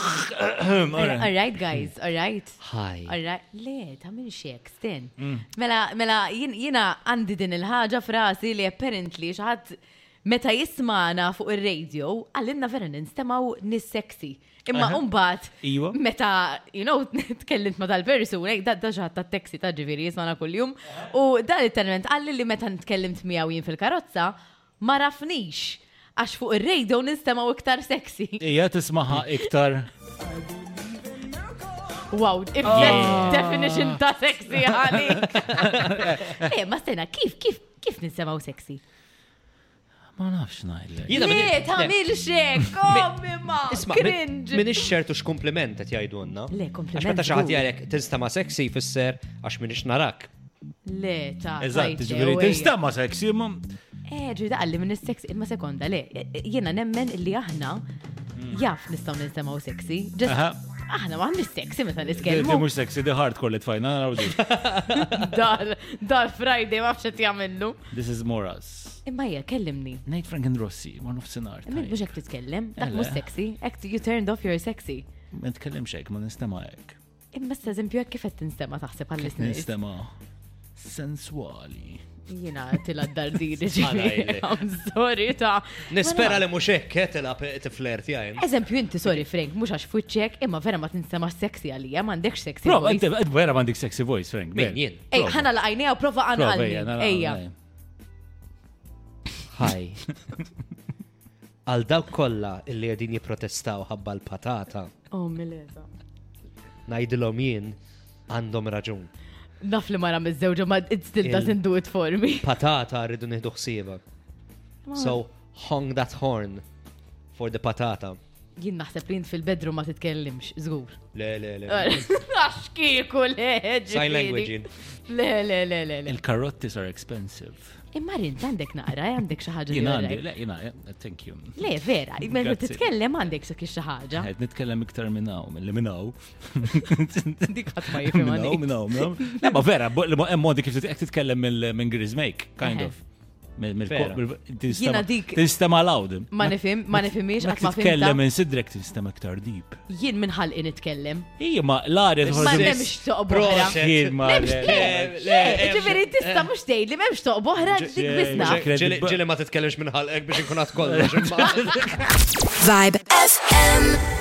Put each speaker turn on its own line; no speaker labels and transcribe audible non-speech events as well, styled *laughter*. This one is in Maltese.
All right, guys, all right.
Hi. Mm.
All right. Le, ta' minn xiek, stin. Mela, mela, jien- jiena għandi din il-ħagġa frasi li apparently xaħat meta jismana fuq il-radio, għallinna vera ninstemaw nis-sexy. Imma
Aha.
umbat,
Iwa.
meta, you know, *laughs* tkellimt ma tal-persu, lejk da daġħat ta' teksi ta' ġiviri jismana kull-jum. U dan il-terment għalli li meta tkellimt miegħu jien fil-karozza, ma rafnix. Għax fuq il-radio nistemaw iktar sexy.
Ija tismaha iktar.
Wow,
Oh.
ibjet definition ta'
*laughs*
sexy għalik. Eh, ma stena, kif, kif, kif nisemaw sexy?
Ma nafx najlek.
Jina
Le, ta' milxek, kommi ma,
Isma,
cringe.
min ix-xert u x-kompliment qed jgħidulna.
Le, kompliment,
Għax meta xi
żgur.
ħadd jgħidlek tinstama sexy fisser għax min narak.
Le, ta'
Eżatt,
tajt,
ġviri,
eh,
tinstama seksi, ma
Eh, ġri da' għalli minn sexy, imma sekonda, le, jena nemmen li aħna
Mm.
jaf nistaw nisemaw sexy. Just,
Aha.
aħna ma' għandix sexy meta
di
niskelmu.
mux seksi, di hardcore li tfajna, naraw di.
Dar, dar Friday, ma' fxet jamillu.
This is more us.
Imma hija, kellimni.
Nate Frank and Rossi, one of sinar.
Min mux ek titkellem, dak
Ele.
mux sexy, ek you turned off your sexy.
Ma nitkellem xejk, ma nistema hekk.
Imma s eżempju għek kif qed tinstema taħseb għal l-isnis.
Nistema sensuali.
Jina tila *laughs* d-dardiri
Sħana
ġiri.
jgħidlek.
I'm sorry ta.
Nispera
Mela,
li mhux hekk eh, tilab eh, tifler tiegħi.
Eżempju inti sorry Frank, mux għax fuċċek, imma vera ma tinstema sexy għalija, ma għandekx sexy.
Pro,
voice.
għed eh, vera mandik sexy voice, Frank.
Min
ben.
jien.
Ej,
prova.
ħana l-għajnija u prova għan
Prova, ejja,
għalli.
naraw,
Ejja.
ejja.
Hi. *laughs* Għal dawk kollha illi qegħdin jipprotestaw ħabba l-patata,
Oh, mileta.
ngħidilhom jien għandhom raġun.
Naf li mara mizzewġa, ma it still
Il-
doesn't do it for me. *laughs*
Patata rridu nieħdu ħsiebha. So hung that horn for the patata.
Jien naħseb li jint fil-bedru ma titkellimx, zgur.
Le, le, le.
*laughs* Għax kieku leġ.
Sign language jien.
Le, le, le, le, le.
Il-karottis are expensive.
Imma rint għandek naqra, eh, għandek xaħġa.
Jina għandi, le, jina, eh, thank you.
Le, vera, meta
Grazzi.
titkellem għandek sa kif xi ħaġa.
Għed nitkellem iktar minnaw, mill-li minnaw.
Dik *laughs* ħadd ma jifhem
Minnaw,
għalik.
minnaw, *laughs* minnaw. Le, ma vera, bo- li mo- hemm modi kif titkellem titkellem mill- minn Grizzmake, kind
Ehe.
of. Mill- mill-
Vera.
mill- tinstema-
Jina dik-
Tinstema loud.
Ma nifhem, ma nifhimiex
Ma
qatt ma
titkellem
fimta.
minn sidrek tinstema iktar deep.
Jien minn ħalqi nitkellem.
Ija, ma l-arja
Ma
tħorġi.
m'hemmx toq boħra.
Proset.
Jien, ma.
M'hemmx le,
Eh,
le,
eh,
Ġifieri tista' mhux tgħid li m'hemmx toq boħra dik
eh,
bisna.
ġe-
Ġili ġili ma titkellimx minn ħalqek biex inkun għad kollox. imma-
Vibe FM.